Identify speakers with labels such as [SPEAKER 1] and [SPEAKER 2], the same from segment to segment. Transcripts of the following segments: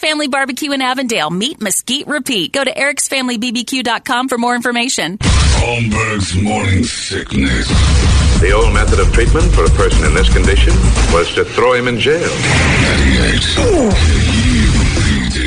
[SPEAKER 1] Family Barbecue in Avondale. Meet, mesquite, repeat. Go to ericsfamilybbq.com for more information.
[SPEAKER 2] Holmberg's morning sickness.
[SPEAKER 3] The old method of treatment for a person in this condition was to throw him in jail.
[SPEAKER 2] 98. KUPD.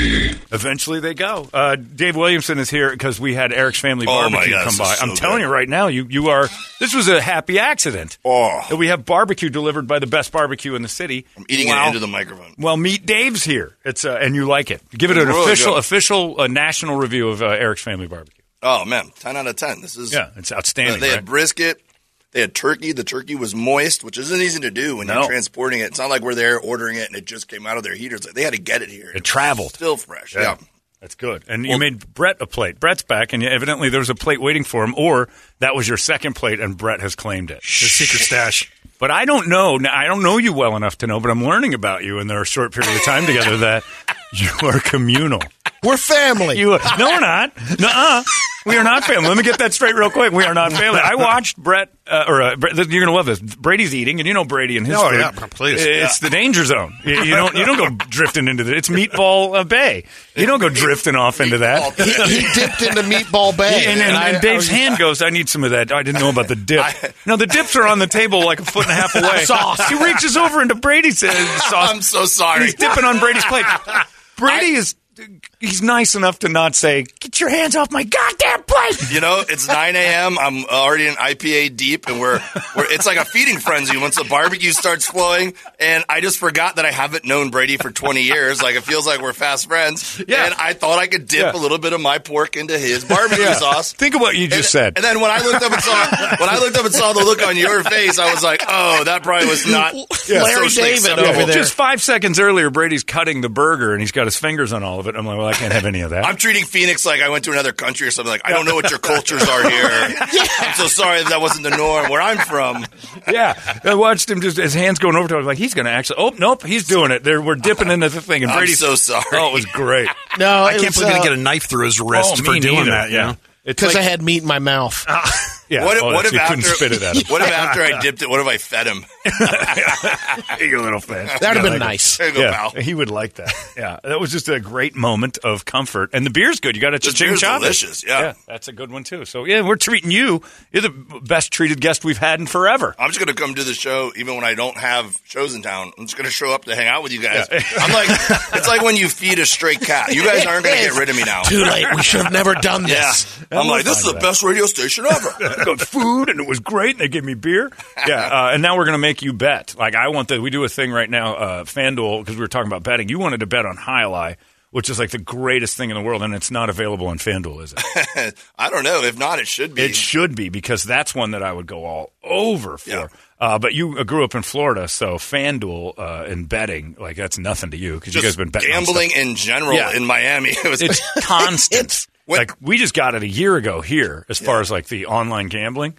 [SPEAKER 4] Eventually they go. Uh, Dave Williamson is here because we had Eric's Family
[SPEAKER 2] Oh, my
[SPEAKER 4] Barbecue
[SPEAKER 2] gosh,
[SPEAKER 4] come
[SPEAKER 2] this
[SPEAKER 4] by.
[SPEAKER 2] is
[SPEAKER 4] I'm
[SPEAKER 2] so
[SPEAKER 4] telling
[SPEAKER 2] good.
[SPEAKER 4] you right now, you, you are. This was a happy accident.
[SPEAKER 2] Oh.
[SPEAKER 4] That we have barbecue delivered by the best barbecue in the city. I'm
[SPEAKER 2] eating it into the microphone.
[SPEAKER 4] Well, meet Dave's here. It's uh, and you like it. Give it an
[SPEAKER 2] really
[SPEAKER 4] official
[SPEAKER 2] good.
[SPEAKER 4] official uh, national review of uh, Eric's Family Barbecue.
[SPEAKER 5] Oh man, ten out of ten. This is
[SPEAKER 4] Yeah, it's
[SPEAKER 5] Uh,
[SPEAKER 4] outstanding.
[SPEAKER 5] they
[SPEAKER 4] right?
[SPEAKER 5] had brisket. They had turkey. The turkey was moist, which isn't easy to do when
[SPEAKER 4] No.
[SPEAKER 5] you're transporting it. It's not like we're there ordering it and it just came out of their heaters. Like, they had to get it here.
[SPEAKER 4] It traveled.
[SPEAKER 5] still fresh. Yeah.
[SPEAKER 4] That's good. And you made Brett a plate. Brett's back, and evidently there was a plate waiting for him, or that was your second plate, and Brett has claimed it.
[SPEAKER 6] The secret stash.
[SPEAKER 4] But I don't know. now, I don't know you well enough to know, but I'm learning about you in our short period of time together that you are communal.
[SPEAKER 6] We're family.
[SPEAKER 4] You are- no, we're not. Nuh-uh. We are not family. Let me get that straight real quick. We are not family. I watched Brett, uh, or uh, Brett, you're going to love this. Brady's eating, and you know Brady and his
[SPEAKER 6] Oh,
[SPEAKER 4] food.
[SPEAKER 6] yeah, please.
[SPEAKER 4] It's the danger zone. You, you don't you don't go drifting into the. It's Meatball uh, Bay. You don't go drifting off into that.
[SPEAKER 6] he, he dipped into meatball bag.
[SPEAKER 4] And, and,
[SPEAKER 6] I-
[SPEAKER 4] and Dave's
[SPEAKER 6] I was-
[SPEAKER 4] hand goes, I need some of that. I didn't know about the dip. no, the dips are on the table like a foot and a half away. Sauce. He reaches over into Brady's uh, sauce.
[SPEAKER 5] I'm so sorry.
[SPEAKER 4] He's dipping on Brady's plate. Brady is. He's nice enough to not say, "Get your hands off my goddamn plate."
[SPEAKER 5] You know, it's 9 a.m. I'm already in IPA deep, and we're, we're it's like a feeding frenzy once the barbecue starts flowing. And I just forgot that I haven't known Brady for 20 years. Like it feels like we're fast friends.
[SPEAKER 4] Yeah.
[SPEAKER 5] And I thought I could dip
[SPEAKER 4] Yeah.
[SPEAKER 5] a little bit of my pork into his barbecue sauce.
[SPEAKER 4] Think of what you just
[SPEAKER 5] and,
[SPEAKER 4] said.
[SPEAKER 5] And then when I looked up and saw when I looked up and saw the look on your face, I was like, oh, that probably was not
[SPEAKER 6] Larry
[SPEAKER 5] socially
[SPEAKER 6] David
[SPEAKER 5] acceptable.
[SPEAKER 6] over there.
[SPEAKER 4] just five seconds earlier, Brady's cutting the burger and he's got his fingers on all of it. I'm like, "Well, I can't have any of that."
[SPEAKER 5] I'm treating Phoenix like I went to another country or something. Like I don't know what your cultures are here. I'm so sorry that that wasn't the norm where I'm from.
[SPEAKER 4] yeah, I watched him just his hands going over to him. Like he's going to actually. Oh nope, he's doing it. There, we're dipping into the thing. And
[SPEAKER 5] I'm
[SPEAKER 4] Brady's
[SPEAKER 5] so sorry.
[SPEAKER 4] Oh, it was great.
[SPEAKER 6] no,
[SPEAKER 7] I can't believe he didn't get a knife through his wrist
[SPEAKER 4] uh, Oh,
[SPEAKER 7] for
[SPEAKER 4] me
[SPEAKER 7] doing
[SPEAKER 4] neither,
[SPEAKER 7] that. You
[SPEAKER 4] yeah.
[SPEAKER 7] know?
[SPEAKER 4] It's
[SPEAKER 6] because
[SPEAKER 4] like-
[SPEAKER 6] I had meat in my mouth.
[SPEAKER 4] yeah.
[SPEAKER 5] What, if-
[SPEAKER 4] oh,
[SPEAKER 5] what
[SPEAKER 4] that's-
[SPEAKER 5] if
[SPEAKER 4] you
[SPEAKER 5] after
[SPEAKER 4] couldn't spit it at him?
[SPEAKER 5] what if after I dipped it? What if I fed him?
[SPEAKER 4] you little fish.
[SPEAKER 6] That would have been nice.
[SPEAKER 5] There you go,
[SPEAKER 4] Yeah,
[SPEAKER 5] pal.
[SPEAKER 4] he would like that. Yeah, that was just a great moment of comfort, and the beer's good. You got a
[SPEAKER 5] This
[SPEAKER 4] cha-ching
[SPEAKER 5] beer's
[SPEAKER 4] chop.
[SPEAKER 5] delicious, yeah.
[SPEAKER 4] that's a good one too. So yeah, we're treating you. You're the best treated guest we've had in forever.
[SPEAKER 5] I'm just gonna come do the show even when I don't have shows in town. I'm just gonna show up to hang out with you guys. I'm like, it's like when you feed a stray cat. You guys aren't gonna get rid of me now.
[SPEAKER 6] Too late. We should have never done this.
[SPEAKER 5] Yeah. I'm
[SPEAKER 4] we'll
[SPEAKER 5] like, this is
[SPEAKER 4] find
[SPEAKER 5] the
[SPEAKER 4] that.
[SPEAKER 5] best radio station ever.
[SPEAKER 4] I got food and it was great and they gave me beer yeah uh, and now we're gonna make you bet like i want the we do a thing right now uh fanduel because we were talking about betting you wanted to bet on high lie which is like the greatest thing in the world and it's not available on fanduel is it
[SPEAKER 5] I don't know. If not, it should be.
[SPEAKER 4] It should be because that's one that I would go all over for.
[SPEAKER 5] Yeah.
[SPEAKER 4] Uh, but you uh, grew up in Florida, so FanDuel uh, and betting like that's nothing to you because you guys
[SPEAKER 5] just
[SPEAKER 4] have been betting on
[SPEAKER 5] gambling in general
[SPEAKER 4] Yeah.
[SPEAKER 5] in Miami. It was
[SPEAKER 4] stuff. It's constant.
[SPEAKER 5] What-
[SPEAKER 4] like we just got it a year ago here, as far as like the online gambling,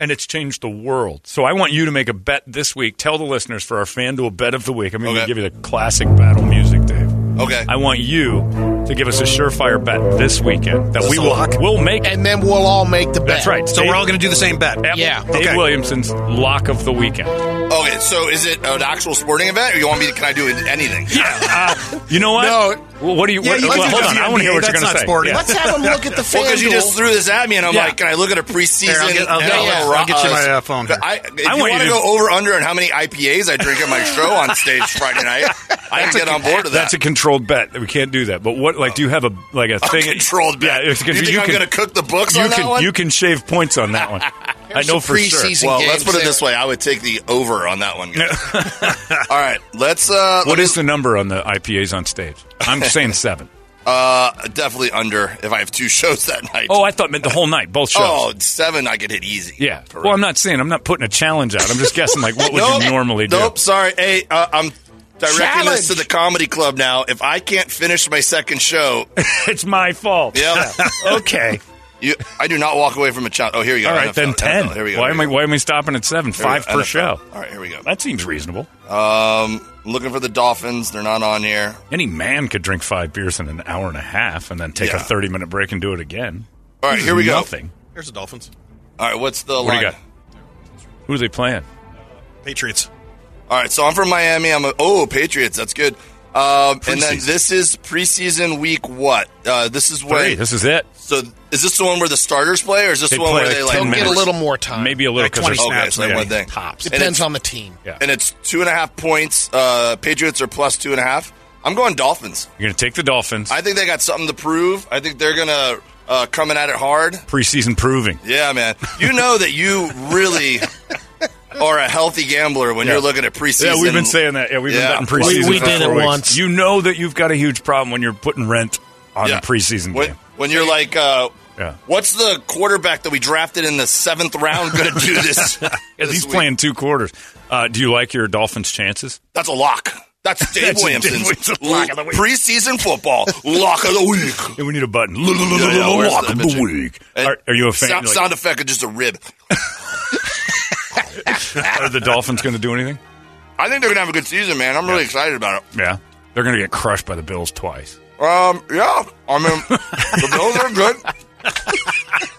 [SPEAKER 4] and it's changed the world. So I want you to make a bet this week. Tell the listeners for our FanDuel bet of the week. I'm going to
[SPEAKER 5] Okay.
[SPEAKER 4] give you the classic battle music, Dave.
[SPEAKER 5] okay.
[SPEAKER 4] I want you to give us a surefire bet this weekend that we
[SPEAKER 7] a
[SPEAKER 4] will
[SPEAKER 7] lock?
[SPEAKER 4] will make.
[SPEAKER 6] And then we'll all make the bet.
[SPEAKER 4] That's right.
[SPEAKER 7] So we're all going to do the same bet.
[SPEAKER 4] Apple-
[SPEAKER 6] Yeah.
[SPEAKER 4] Dave
[SPEAKER 7] Okay.
[SPEAKER 4] Williamson's lock of the weekend.
[SPEAKER 5] okay, so is it an actual sporting event, or you want me? to Can I do it- anything?
[SPEAKER 4] Yeah. Uh, you know what?
[SPEAKER 6] No.
[SPEAKER 4] Well, what do you?
[SPEAKER 7] Yeah,
[SPEAKER 4] what,
[SPEAKER 7] you
[SPEAKER 4] well,
[SPEAKER 7] can
[SPEAKER 4] hold
[SPEAKER 7] do
[SPEAKER 4] on.
[SPEAKER 7] the
[SPEAKER 4] I want to hear what
[SPEAKER 7] NBA.
[SPEAKER 4] you're
[SPEAKER 7] That's
[SPEAKER 4] going to
[SPEAKER 7] not
[SPEAKER 4] say.
[SPEAKER 7] sporting.
[SPEAKER 4] Yeah.
[SPEAKER 6] Let's have them look at the fan
[SPEAKER 5] Well, because you just threw this at me, and I'm
[SPEAKER 4] Yeah.
[SPEAKER 5] like, can I look at a preseason?
[SPEAKER 7] Here, I'll get- I'll-
[SPEAKER 5] NFL
[SPEAKER 7] yeah, I'll get you my, uh, phone here.
[SPEAKER 5] I, if
[SPEAKER 4] I
[SPEAKER 5] you
[SPEAKER 4] want
[SPEAKER 5] want
[SPEAKER 4] you
[SPEAKER 5] to
[SPEAKER 4] to-
[SPEAKER 5] go over under on how many IPAs I drink at my show on stage Friday night, I can get on board with that.
[SPEAKER 4] That's a controlled bet. We can't do that. But what? Like, do you have a like a thing?
[SPEAKER 5] controlled bet.
[SPEAKER 4] Yeah, it's
[SPEAKER 5] you
[SPEAKER 4] gonna be-
[SPEAKER 5] think
[SPEAKER 4] you
[SPEAKER 5] I'm
[SPEAKER 4] can-
[SPEAKER 5] going to cook the books
[SPEAKER 4] You
[SPEAKER 5] on that
[SPEAKER 4] can
[SPEAKER 5] one?
[SPEAKER 4] you can shave points on that one. I know for sure.
[SPEAKER 6] preseason
[SPEAKER 5] well,
[SPEAKER 6] games
[SPEAKER 5] let's put it
[SPEAKER 6] there.
[SPEAKER 5] this way: I would take the over on that one. guys. All right, let's. Uh,
[SPEAKER 4] What is the number on the IPAs on stage? I'm saying seven.
[SPEAKER 5] Uh, definitely under if I have two shows that night.
[SPEAKER 4] Oh, I thought meant the whole night, both shows.
[SPEAKER 5] Oh, seven I could hit easy.
[SPEAKER 4] yeah.
[SPEAKER 5] For
[SPEAKER 4] Well, I'm
[SPEAKER 5] real.
[SPEAKER 4] not saying I'm not putting a challenge out. I'm just guessing like what would you normally do?
[SPEAKER 5] Nope, sorry. Hey, uh, I'm directing
[SPEAKER 6] Challenge.
[SPEAKER 5] this to the comedy club now. If I can't finish my second show,
[SPEAKER 4] It's my fault.
[SPEAKER 5] yeah,
[SPEAKER 4] Okay.
[SPEAKER 5] you, I do not walk away from a challenge. Oh, here we go.
[SPEAKER 4] All right,
[SPEAKER 5] NFL,
[SPEAKER 4] then ten.
[SPEAKER 5] NFL, Here we go.
[SPEAKER 4] Why
[SPEAKER 5] here
[SPEAKER 4] am
[SPEAKER 5] we
[SPEAKER 4] I
[SPEAKER 5] go.
[SPEAKER 4] why am I stopping at seven?
[SPEAKER 5] Here we
[SPEAKER 4] Five
[SPEAKER 5] go,
[SPEAKER 4] per
[SPEAKER 5] NFL.
[SPEAKER 4] show.
[SPEAKER 5] All right, here we go.
[SPEAKER 4] That seems reasonable.
[SPEAKER 5] Um, I'm looking for the Dolphins. They're not on here.
[SPEAKER 4] Any man could drink five beers in an hour and a half and then take a
[SPEAKER 5] Yeah.
[SPEAKER 4] 30 minute break and do it again.
[SPEAKER 5] All right, here we go.
[SPEAKER 4] Nothing.
[SPEAKER 7] Here's the Dolphins.
[SPEAKER 5] All right, what's the
[SPEAKER 4] What do
[SPEAKER 5] line?
[SPEAKER 4] you got? Who are they playing?
[SPEAKER 7] Patriots.
[SPEAKER 5] All right, so I'm from Miami. I'm a oh Patriots. That's good. Um, and then
[SPEAKER 4] Preseason.
[SPEAKER 5] this is preseason week. What? Uh, this is
[SPEAKER 4] Three.
[SPEAKER 5] where.
[SPEAKER 4] This is it.
[SPEAKER 5] so is this the one where the starters play, or is this
[SPEAKER 4] They
[SPEAKER 5] the one
[SPEAKER 4] play
[SPEAKER 5] where
[SPEAKER 4] like
[SPEAKER 5] they
[SPEAKER 4] 10
[SPEAKER 5] like?
[SPEAKER 6] They'll get a
[SPEAKER 4] minutes.
[SPEAKER 6] little more
[SPEAKER 5] Uh,
[SPEAKER 6] time.
[SPEAKER 4] Maybe a little
[SPEAKER 7] Like
[SPEAKER 4] because
[SPEAKER 7] 20
[SPEAKER 4] there's
[SPEAKER 5] Okay,
[SPEAKER 7] snaps,
[SPEAKER 5] so that
[SPEAKER 4] yeah.
[SPEAKER 5] one thing.
[SPEAKER 7] Tops.
[SPEAKER 5] And
[SPEAKER 6] Depends
[SPEAKER 5] it's-
[SPEAKER 6] on the team.
[SPEAKER 4] Yeah.
[SPEAKER 5] And it's two and a half points. Uh, Patriots are plus two and a half. I'm going Dolphins.
[SPEAKER 4] You're going to take the Dolphins.
[SPEAKER 5] I think they got something to prove. I think they're gonna uh, coming at it hard.
[SPEAKER 4] Preseason proving.
[SPEAKER 5] Yeah, man. You know that you really are a healthy gambler when you're looking at preseason.
[SPEAKER 4] Yeah, we've been saying that. Yeah, we've
[SPEAKER 5] Yeah.
[SPEAKER 4] been betting preseason.
[SPEAKER 5] We- we
[SPEAKER 4] for
[SPEAKER 6] did
[SPEAKER 4] four
[SPEAKER 6] it
[SPEAKER 4] weeks.
[SPEAKER 6] once.
[SPEAKER 4] You know that you've got a huge problem when you're putting rent on
[SPEAKER 5] Yeah.
[SPEAKER 4] a preseason
[SPEAKER 5] when,
[SPEAKER 4] game.
[SPEAKER 5] when you're like, uh,
[SPEAKER 4] Yeah.
[SPEAKER 5] what's the quarterback that we drafted in the seventh round going to do this?
[SPEAKER 4] If
[SPEAKER 5] this
[SPEAKER 4] he's
[SPEAKER 5] week?
[SPEAKER 4] playing two quarters. Uh, do you like your Dolphins' chances?
[SPEAKER 5] That's a lock. That's Dave
[SPEAKER 4] That's a Dave
[SPEAKER 5] Williamson's
[SPEAKER 4] Williamson lock of the week.
[SPEAKER 5] preseason football lock of the week.
[SPEAKER 4] Yeah, we need a button.
[SPEAKER 5] Yeah, yeah, where's
[SPEAKER 4] Lock
[SPEAKER 5] the
[SPEAKER 4] of the
[SPEAKER 5] picture?
[SPEAKER 4] week.
[SPEAKER 5] And
[SPEAKER 4] Are, are you a fan?
[SPEAKER 5] Sound,
[SPEAKER 4] Like,
[SPEAKER 5] sound effect of just a rib.
[SPEAKER 4] are the Dolphins going to do anything?
[SPEAKER 5] I think they're gonna have a good season, man. I'm really excited about it.
[SPEAKER 4] Yeah, they're going to get crushed by the Bills twice.
[SPEAKER 5] Um, yeah. I mean, the Bills are good.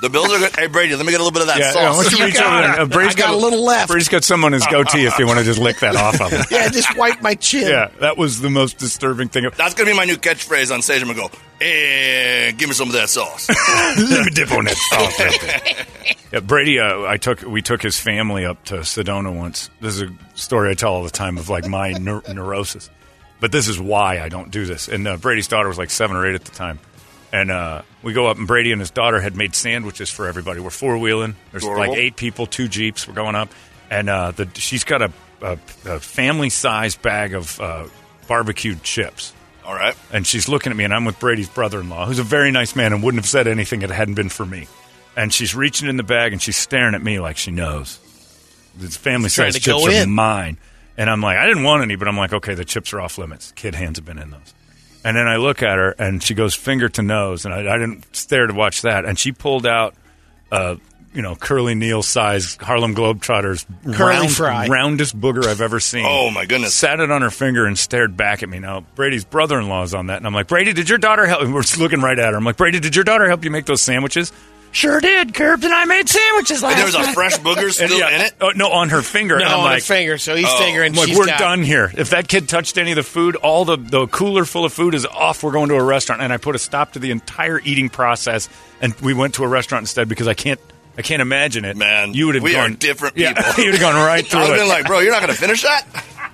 [SPEAKER 5] the Bills are good. Hey Brady, let me get a little bit of that
[SPEAKER 4] Yeah, yeah, why
[SPEAKER 5] sauce.
[SPEAKER 4] don't you reach
[SPEAKER 6] got
[SPEAKER 4] over
[SPEAKER 6] it.
[SPEAKER 4] there? Uh, Brady's
[SPEAKER 6] I got a little left.
[SPEAKER 4] Brady's got some on his goatee if you want to just lick that off of him.
[SPEAKER 6] Yeah, just wipe my chin.
[SPEAKER 4] Yeah, that was the most disturbing thing.
[SPEAKER 5] That's gonna be my new catchphrase on stage. I'm gonna go, and give me some of that sauce.
[SPEAKER 4] Let me dip on that sauce right there. Yeah, Brady, uh, I took we took his family up to Sedona once. This is a story I tell all the time of like my neur- neurosis, but this is why I don't do this. And uh, Brady's daughter was like seven or eight at the time, and uh, we go up and Brady and his daughter had made sandwiches for everybody. We're four wheeling. There's
[SPEAKER 5] Adorable.
[SPEAKER 4] like eight people, two jeeps. We're going up, and uh, the, she's got a, a, a family sized bag of uh, barbecued chips
[SPEAKER 5] All right.
[SPEAKER 4] and she's looking at me, and I'm with Brady's brother-in-law, who's a very nice man and wouldn't have said anything if it hadn't been for me. And she's reaching in the bag and she's staring at me like she knows. This family
[SPEAKER 6] She's trying
[SPEAKER 4] size
[SPEAKER 6] to go
[SPEAKER 4] chips are
[SPEAKER 6] in.
[SPEAKER 4] mine, and I'm like, I didn't want any, but I'm like, okay, the chips are off limits. Kid hands have been in those. And then I look at her, and she goes finger to nose, and I, I didn't stare to watch that. And she pulled out, uh, you know, curly Neal size Harlem Globetrotters
[SPEAKER 6] Curly fry.
[SPEAKER 4] roundest booger I've ever seen.
[SPEAKER 5] Oh, my goodness.
[SPEAKER 4] Sat it on her finger and stared back at me. Now Brady's brother-in-law is on that, and I'm like, Brady, did your daughter help? We're just looking right at her. I'm like, Brady, did your daughter help you make those sandwiches? Sure did. Curbs and I made sandwiches last
[SPEAKER 5] And there was a fresh booger
[SPEAKER 4] And
[SPEAKER 5] still
[SPEAKER 4] yeah,
[SPEAKER 5] in it.
[SPEAKER 4] Oh, no, on her finger.
[SPEAKER 6] No,
[SPEAKER 4] and I'm
[SPEAKER 6] on
[SPEAKER 4] like, oh,
[SPEAKER 6] her finger. So he's fingering.
[SPEAKER 4] I'm like
[SPEAKER 6] she's
[SPEAKER 4] we're
[SPEAKER 6] got-
[SPEAKER 4] done here. If that kid touched any of the food, all the, the cooler full of food is off. We're going to a restaurant, and I put a stop to the entire eating process, and we went to a restaurant instead because I can't I can't imagine it.
[SPEAKER 5] Man,
[SPEAKER 4] you would have
[SPEAKER 5] we are
[SPEAKER 4] gone
[SPEAKER 5] different
[SPEAKER 4] Yeah,
[SPEAKER 5] people.
[SPEAKER 4] you would have gone right through
[SPEAKER 5] I
[SPEAKER 4] it.
[SPEAKER 5] was like, bro, you're not gonna finish that.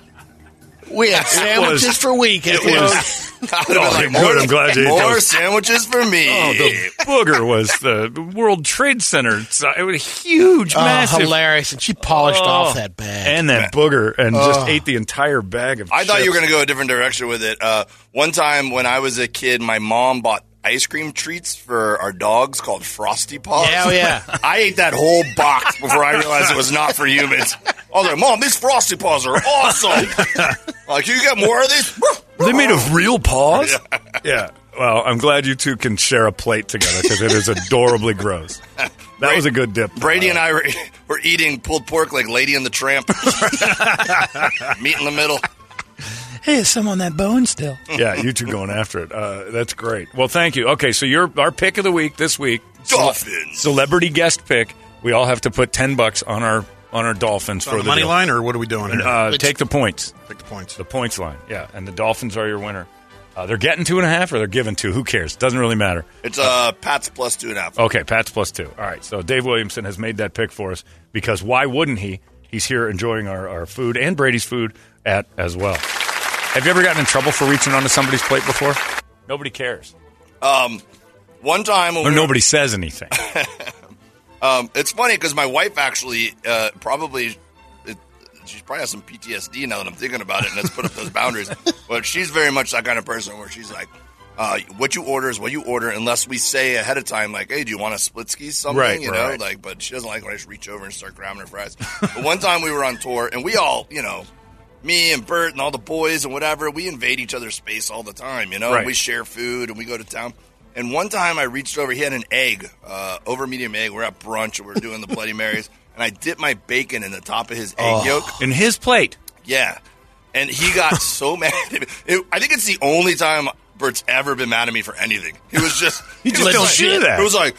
[SPEAKER 6] We had sandwiches
[SPEAKER 4] was-
[SPEAKER 6] for week. It
[SPEAKER 4] was-
[SPEAKER 5] I would've
[SPEAKER 4] Oh,
[SPEAKER 5] been
[SPEAKER 4] good. I'm glad you ate
[SPEAKER 5] more
[SPEAKER 4] those.
[SPEAKER 5] sandwiches for me.
[SPEAKER 4] Oh, the booger was the World Trade Center. si- It was huge, massive.
[SPEAKER 6] Oh, uh,
[SPEAKER 4] Oh.
[SPEAKER 6] hilarious, and she polished off that bag. Oh.
[SPEAKER 4] And that booger, and just ate the entire bag of.
[SPEAKER 5] I thought you were
[SPEAKER 4] chips.
[SPEAKER 5] going to go a different direction with it. Uh, one time when I was a kid, my mom bought ice cream treats for our dogs called Frosty Paws.
[SPEAKER 6] Yeah, oh, yeah.
[SPEAKER 5] I ate that whole box before I realized it was not for humans. I was like, Mom, these Frosty Paws are awesome. like, you get more of these?
[SPEAKER 4] They made of real paws. Yeah. Well, I'm glad you two can share a plate together because it is adorably gross. That was a good dip.
[SPEAKER 5] Brady and I were, were eating pulled pork like Lady and the Tramp. Meat in the middle.
[SPEAKER 6] Hey, there's some on that bone still.
[SPEAKER 4] yeah, you two going after it. Uh, that's great. Well, thank you. Okay, so your our pick of the week this week,
[SPEAKER 5] Dolphins.
[SPEAKER 4] celebrity guest pick. We all have to put ten bucks on our on our Dolphins for
[SPEAKER 7] On the money
[SPEAKER 4] deal.
[SPEAKER 7] line, or what are we doing? here?
[SPEAKER 4] Uh, take the points.
[SPEAKER 7] Take the points.
[SPEAKER 4] The points line, yeah. And the Dolphins are your winner. Uh, they're getting two and a half, or they're giving two. Who cares? Doesn't really matter.
[SPEAKER 5] It's uh, Pat's plus two and a half.
[SPEAKER 4] Okay, Pat's plus two. All right, so Dave Williamson has made that pick for us because why wouldn't he? He's here enjoying our, our food and Brady's food at as well. Have you ever gotten in trouble for reaching onto somebody's plate before? Nobody cares,
[SPEAKER 5] One time when
[SPEAKER 4] or
[SPEAKER 5] we were-
[SPEAKER 4] nobody says anything.
[SPEAKER 5] Um, it's funny because my wife actually uh, probably it, she probably has some PTSD now that I'm thinking about it, and let's put up those boundaries. But she's very much that kind of person where she's like, uh, what you order is what you order, unless we say ahead of time, like, hey, do you want to split ski something?
[SPEAKER 7] Right,
[SPEAKER 5] you
[SPEAKER 7] right.
[SPEAKER 5] know, like, but she doesn't like when I just reach over and start grabbing her fries. but one time we were on tour, and we all, you know, me and Bert and all the boys and whatever, we invade each other's space all the time, you know?
[SPEAKER 4] Right.
[SPEAKER 5] We share food and we go to town. And one time I reached over, he had an egg, uh, over medium egg. We're at brunch and we're doing the Bloody Marys. And I dipped my bacon in the top of his egg yolk.
[SPEAKER 4] In his plate.
[SPEAKER 5] Yeah. And he got so mad at me. It- I think it's the only time Bert's ever been mad at me for anything. He was just. he
[SPEAKER 4] just don't
[SPEAKER 5] was
[SPEAKER 4] do
[SPEAKER 5] like-
[SPEAKER 4] that.
[SPEAKER 5] It was like,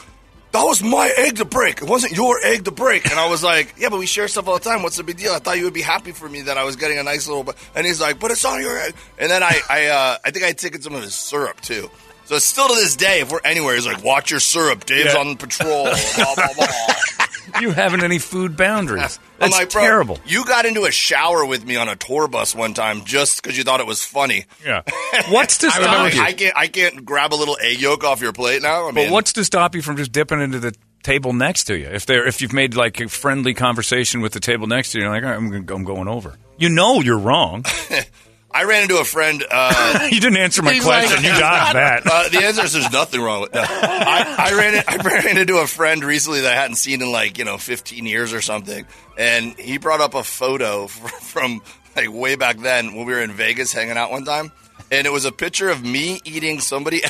[SPEAKER 5] that was my egg to break. It wasn't your egg to break. And I was like, yeah, but we share stuff all the time. What's the big deal? I thought you would be happy for me that I was getting a nice little. bu-" And he's like, but it's not your egg. And then I, I, uh, I think I had taken some of his syrup too. So still to this day, if we're anywhere, he's like, watch your syrup. Dave's
[SPEAKER 4] Yeah.
[SPEAKER 5] on patrol. blah, blah, blah.
[SPEAKER 4] You haven't any food boundaries.
[SPEAKER 5] I'm
[SPEAKER 4] That's
[SPEAKER 5] like, bro,
[SPEAKER 4] terrible.
[SPEAKER 5] You got into a shower with me on a tour bus one time just because you thought it was funny.
[SPEAKER 4] Yeah. What's to
[SPEAKER 5] I, was
[SPEAKER 4] stop
[SPEAKER 5] like,
[SPEAKER 4] you?
[SPEAKER 5] I can't. I can't grab a little egg yolk off your plate now. I mean,
[SPEAKER 4] But what's to stop you from just dipping into the table next to you? If they're if you've made like a friendly conversation with the table next to you, you're like, "All right, I'm, gonna go- I'm going over. You know you're wrong.
[SPEAKER 5] I ran into a friend. Uh,
[SPEAKER 4] you didn't answer my
[SPEAKER 6] He's like-
[SPEAKER 4] question. you dodged that.
[SPEAKER 5] uh, the answer is there's nothing wrong with that. I, I ran. in- I ran into a friend recently that I hadn't seen in like you know 15 years or something, and he brought up a photo from like way back then when we were in Vegas hanging out one time, and it was a picture of me eating somebody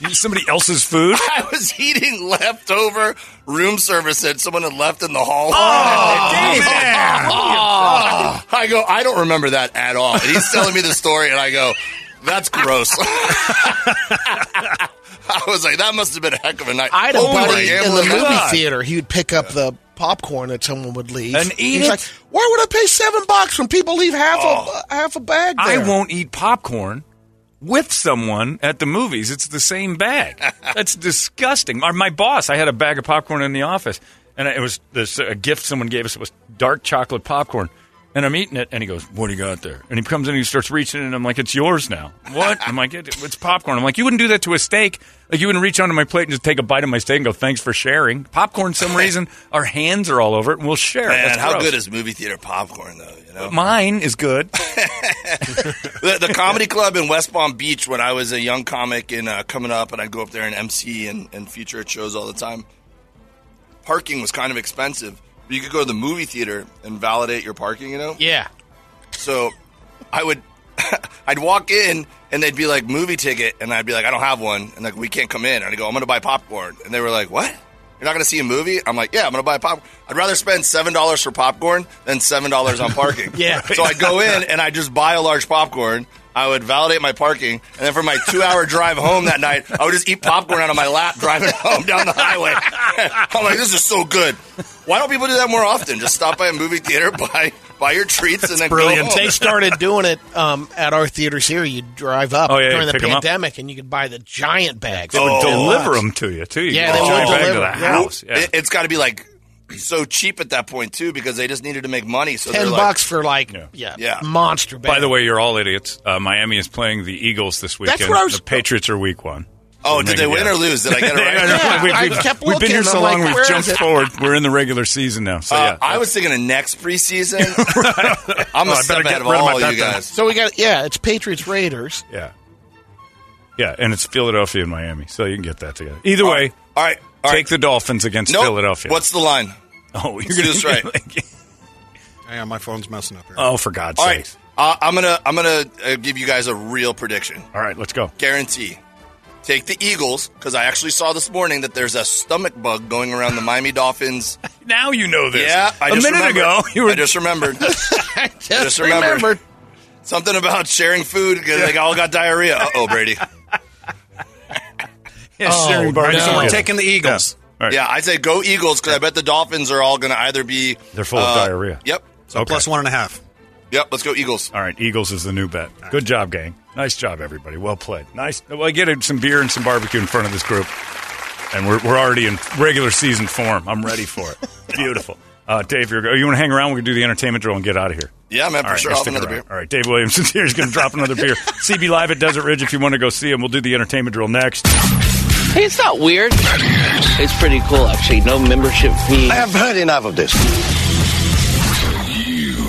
[SPEAKER 4] You- Somebody else's food.
[SPEAKER 5] I was eating leftover room service that someone had left in the hallway.
[SPEAKER 6] Oh,
[SPEAKER 5] I go, I don't remember that at all. And he's telling me the story, and I go, that's gross. I was like, that must have been a heck of a night.
[SPEAKER 6] I had a
[SPEAKER 5] Oh, my
[SPEAKER 6] buddy in the
[SPEAKER 5] gambling
[SPEAKER 6] movie
[SPEAKER 5] God.
[SPEAKER 6] theater. He would pick up the popcorn that someone would leave
[SPEAKER 4] And eat
[SPEAKER 6] He's
[SPEAKER 4] it? Oh.
[SPEAKER 6] like, why would I pay seven bucks when people leave half a half a bag?
[SPEAKER 4] I
[SPEAKER 6] there?"
[SPEAKER 4] won't eat popcorn with someone at the movies. It's the same bag. That's disgusting. My, my boss, I had a bag of popcorn in the office, and it was this a gift someone gave us. It was dark chocolate popcorn. And I'm eating it, and he goes, "What do you got there?" And he comes in, and he starts reaching, and I'm like, "It's yours now." What? I'm like, it, "It's popcorn." I'm like, "You wouldn't do that to a steak. Like, you wouldn't reach onto my plate and just take a bite of my steak and go, thanks for sharing.' Popcorn, some reason, our hands are all over it, and we'll share. it.
[SPEAKER 5] Man,
[SPEAKER 4] That's
[SPEAKER 5] how
[SPEAKER 4] gross.
[SPEAKER 5] good is movie theater popcorn, though? You know,
[SPEAKER 4] mine? Is good.
[SPEAKER 5] the, the comedy club in West Palm Beach when I was a young comic and uh, coming up, and I'd go up there and MC and, and feature at shows all the time. Parking was kind of expensive, but you could go to the movie theater and validate your parking. You know,
[SPEAKER 6] Yeah.
[SPEAKER 5] so I would, I'd walk in and they'd be like movie ticket, and I'd be like, I don't have one, and like we can't come in. And I go, I'm gonna buy popcorn, and they were like, What? You're not gonna see a movie? I'm like, Yeah, I'm gonna buy popcorn. I'd rather spend seven dollars for popcorn than seven dollars on parking.
[SPEAKER 6] Yeah.
[SPEAKER 5] So I'd go in and I'd just buy a large popcorn. I would validate my parking, and then for my two-hour drive home that night, I would just eat popcorn out of my lap driving home down the highway. I'm like, this is so good. Why don't people do that more often? Just stop by a movie theater, buy buy your treats, and then go home.
[SPEAKER 6] Oh. They started doing it um, at our theaters here. You drive up
[SPEAKER 4] Oh, yeah,
[SPEAKER 6] during
[SPEAKER 4] you
[SPEAKER 6] the
[SPEAKER 4] pick 'em up.
[SPEAKER 6] pandemic, and you could buy the giant bags.
[SPEAKER 4] They would
[SPEAKER 5] Oh,
[SPEAKER 4] deliver them to you too. You
[SPEAKER 6] Yeah,
[SPEAKER 4] could
[SPEAKER 6] they
[SPEAKER 4] go
[SPEAKER 6] would
[SPEAKER 4] right back
[SPEAKER 6] deliver
[SPEAKER 4] to
[SPEAKER 6] 'em.
[SPEAKER 4] the house. Yeah.
[SPEAKER 5] It, has got to be like so cheap at that point too, because they just needed to make money. So
[SPEAKER 6] Ten
[SPEAKER 5] they're
[SPEAKER 6] bucks for like yeah,
[SPEAKER 5] Yeah.
[SPEAKER 6] monster. Bag.
[SPEAKER 4] By the way, you're all idiots. Uh, Miami is playing the Eagles this weekend.
[SPEAKER 6] what I was-
[SPEAKER 4] the Patriots are week one.
[SPEAKER 5] Like, oh, did they win
[SPEAKER 4] Yeah.
[SPEAKER 5] or lose? Did I get it right?
[SPEAKER 4] I don't know.
[SPEAKER 6] Yeah,
[SPEAKER 4] we've,
[SPEAKER 6] I
[SPEAKER 4] we've-
[SPEAKER 6] kept
[SPEAKER 4] we've been here
[SPEAKER 6] looking.
[SPEAKER 4] so
[SPEAKER 6] I'm
[SPEAKER 4] long,
[SPEAKER 6] like,
[SPEAKER 4] we've
[SPEAKER 6] where is
[SPEAKER 4] jumped
[SPEAKER 6] it?
[SPEAKER 4] forward. We're in the regular season now. So,
[SPEAKER 5] Uh,
[SPEAKER 4] yeah.
[SPEAKER 5] I was thinking of next preseason. I'm
[SPEAKER 4] Well,
[SPEAKER 5] a
[SPEAKER 4] I better
[SPEAKER 5] step
[SPEAKER 4] get
[SPEAKER 5] ahead of
[SPEAKER 4] rid of my
[SPEAKER 5] all
[SPEAKER 4] bet
[SPEAKER 5] you
[SPEAKER 4] then.
[SPEAKER 5] guys.
[SPEAKER 6] so we got yeah, it's Patriots Raiders.
[SPEAKER 4] yeah. Yeah, and it's Philadelphia and Miami, so you can get that together. Either way,
[SPEAKER 5] All right, all right.
[SPEAKER 4] take the Dolphins against
[SPEAKER 5] Nope.
[SPEAKER 4] Philadelphia.
[SPEAKER 5] What's the line?
[SPEAKER 4] oh, you're
[SPEAKER 5] Let's
[SPEAKER 4] gonna
[SPEAKER 5] do this right.
[SPEAKER 7] Yeah, my phone's messing up here.
[SPEAKER 4] oh, for God's
[SPEAKER 5] All
[SPEAKER 4] sake!
[SPEAKER 5] right, uh, I'm gonna I'm gonna uh, give you guys a real prediction.
[SPEAKER 4] All right, let's go.
[SPEAKER 5] guarantee. Take the Eagles because I actually saw this morning that there's a stomach bug going around the Miami Dolphins.
[SPEAKER 4] Now you know this.
[SPEAKER 5] Yeah, I
[SPEAKER 4] a
[SPEAKER 5] just
[SPEAKER 4] minute
[SPEAKER 5] remembered.
[SPEAKER 4] ago you were
[SPEAKER 5] I just remembered
[SPEAKER 6] I
[SPEAKER 5] Just remembered. something about sharing food because they all got diarrhea. Uh oh, Brady.
[SPEAKER 4] Yeah,
[SPEAKER 6] Oh,
[SPEAKER 4] sharing barbecue.
[SPEAKER 6] no. So we're
[SPEAKER 7] taking the Eagles.
[SPEAKER 4] Yeah. All right.
[SPEAKER 5] Yeah, I say go Eagles because I bet the Dolphins are all going to either be uh,
[SPEAKER 4] They're full of diarrhea.
[SPEAKER 5] Yep,
[SPEAKER 7] So
[SPEAKER 4] Okay.
[SPEAKER 7] plus one and a half.
[SPEAKER 5] yep. Let's go Eagles.
[SPEAKER 4] All right, Eagles is the new bet. Good job, gang. Nice job, everybody. Well played. Nice. Well, get some beer and some barbecue in front of this group, and we're, we're already in regular season form. I'm ready for it. Beautiful. Uh, Dave, you're, you want to hang around? We can do the entertainment drill and get out of here.
[SPEAKER 5] Yeah, man, for
[SPEAKER 4] All right,
[SPEAKER 5] sure.
[SPEAKER 4] you
[SPEAKER 5] I'll have
[SPEAKER 4] stick
[SPEAKER 5] another
[SPEAKER 4] around.
[SPEAKER 5] beer.
[SPEAKER 4] All right, Dave Williamson's here. He's going to drop another beer. CB Live at Desert Ridge if you want to go see him. We'll do the entertainment drill next.
[SPEAKER 8] Hey, it's not weird. It's pretty cool, actually. No membership fee.
[SPEAKER 9] I have heard enough of this.
[SPEAKER 2] You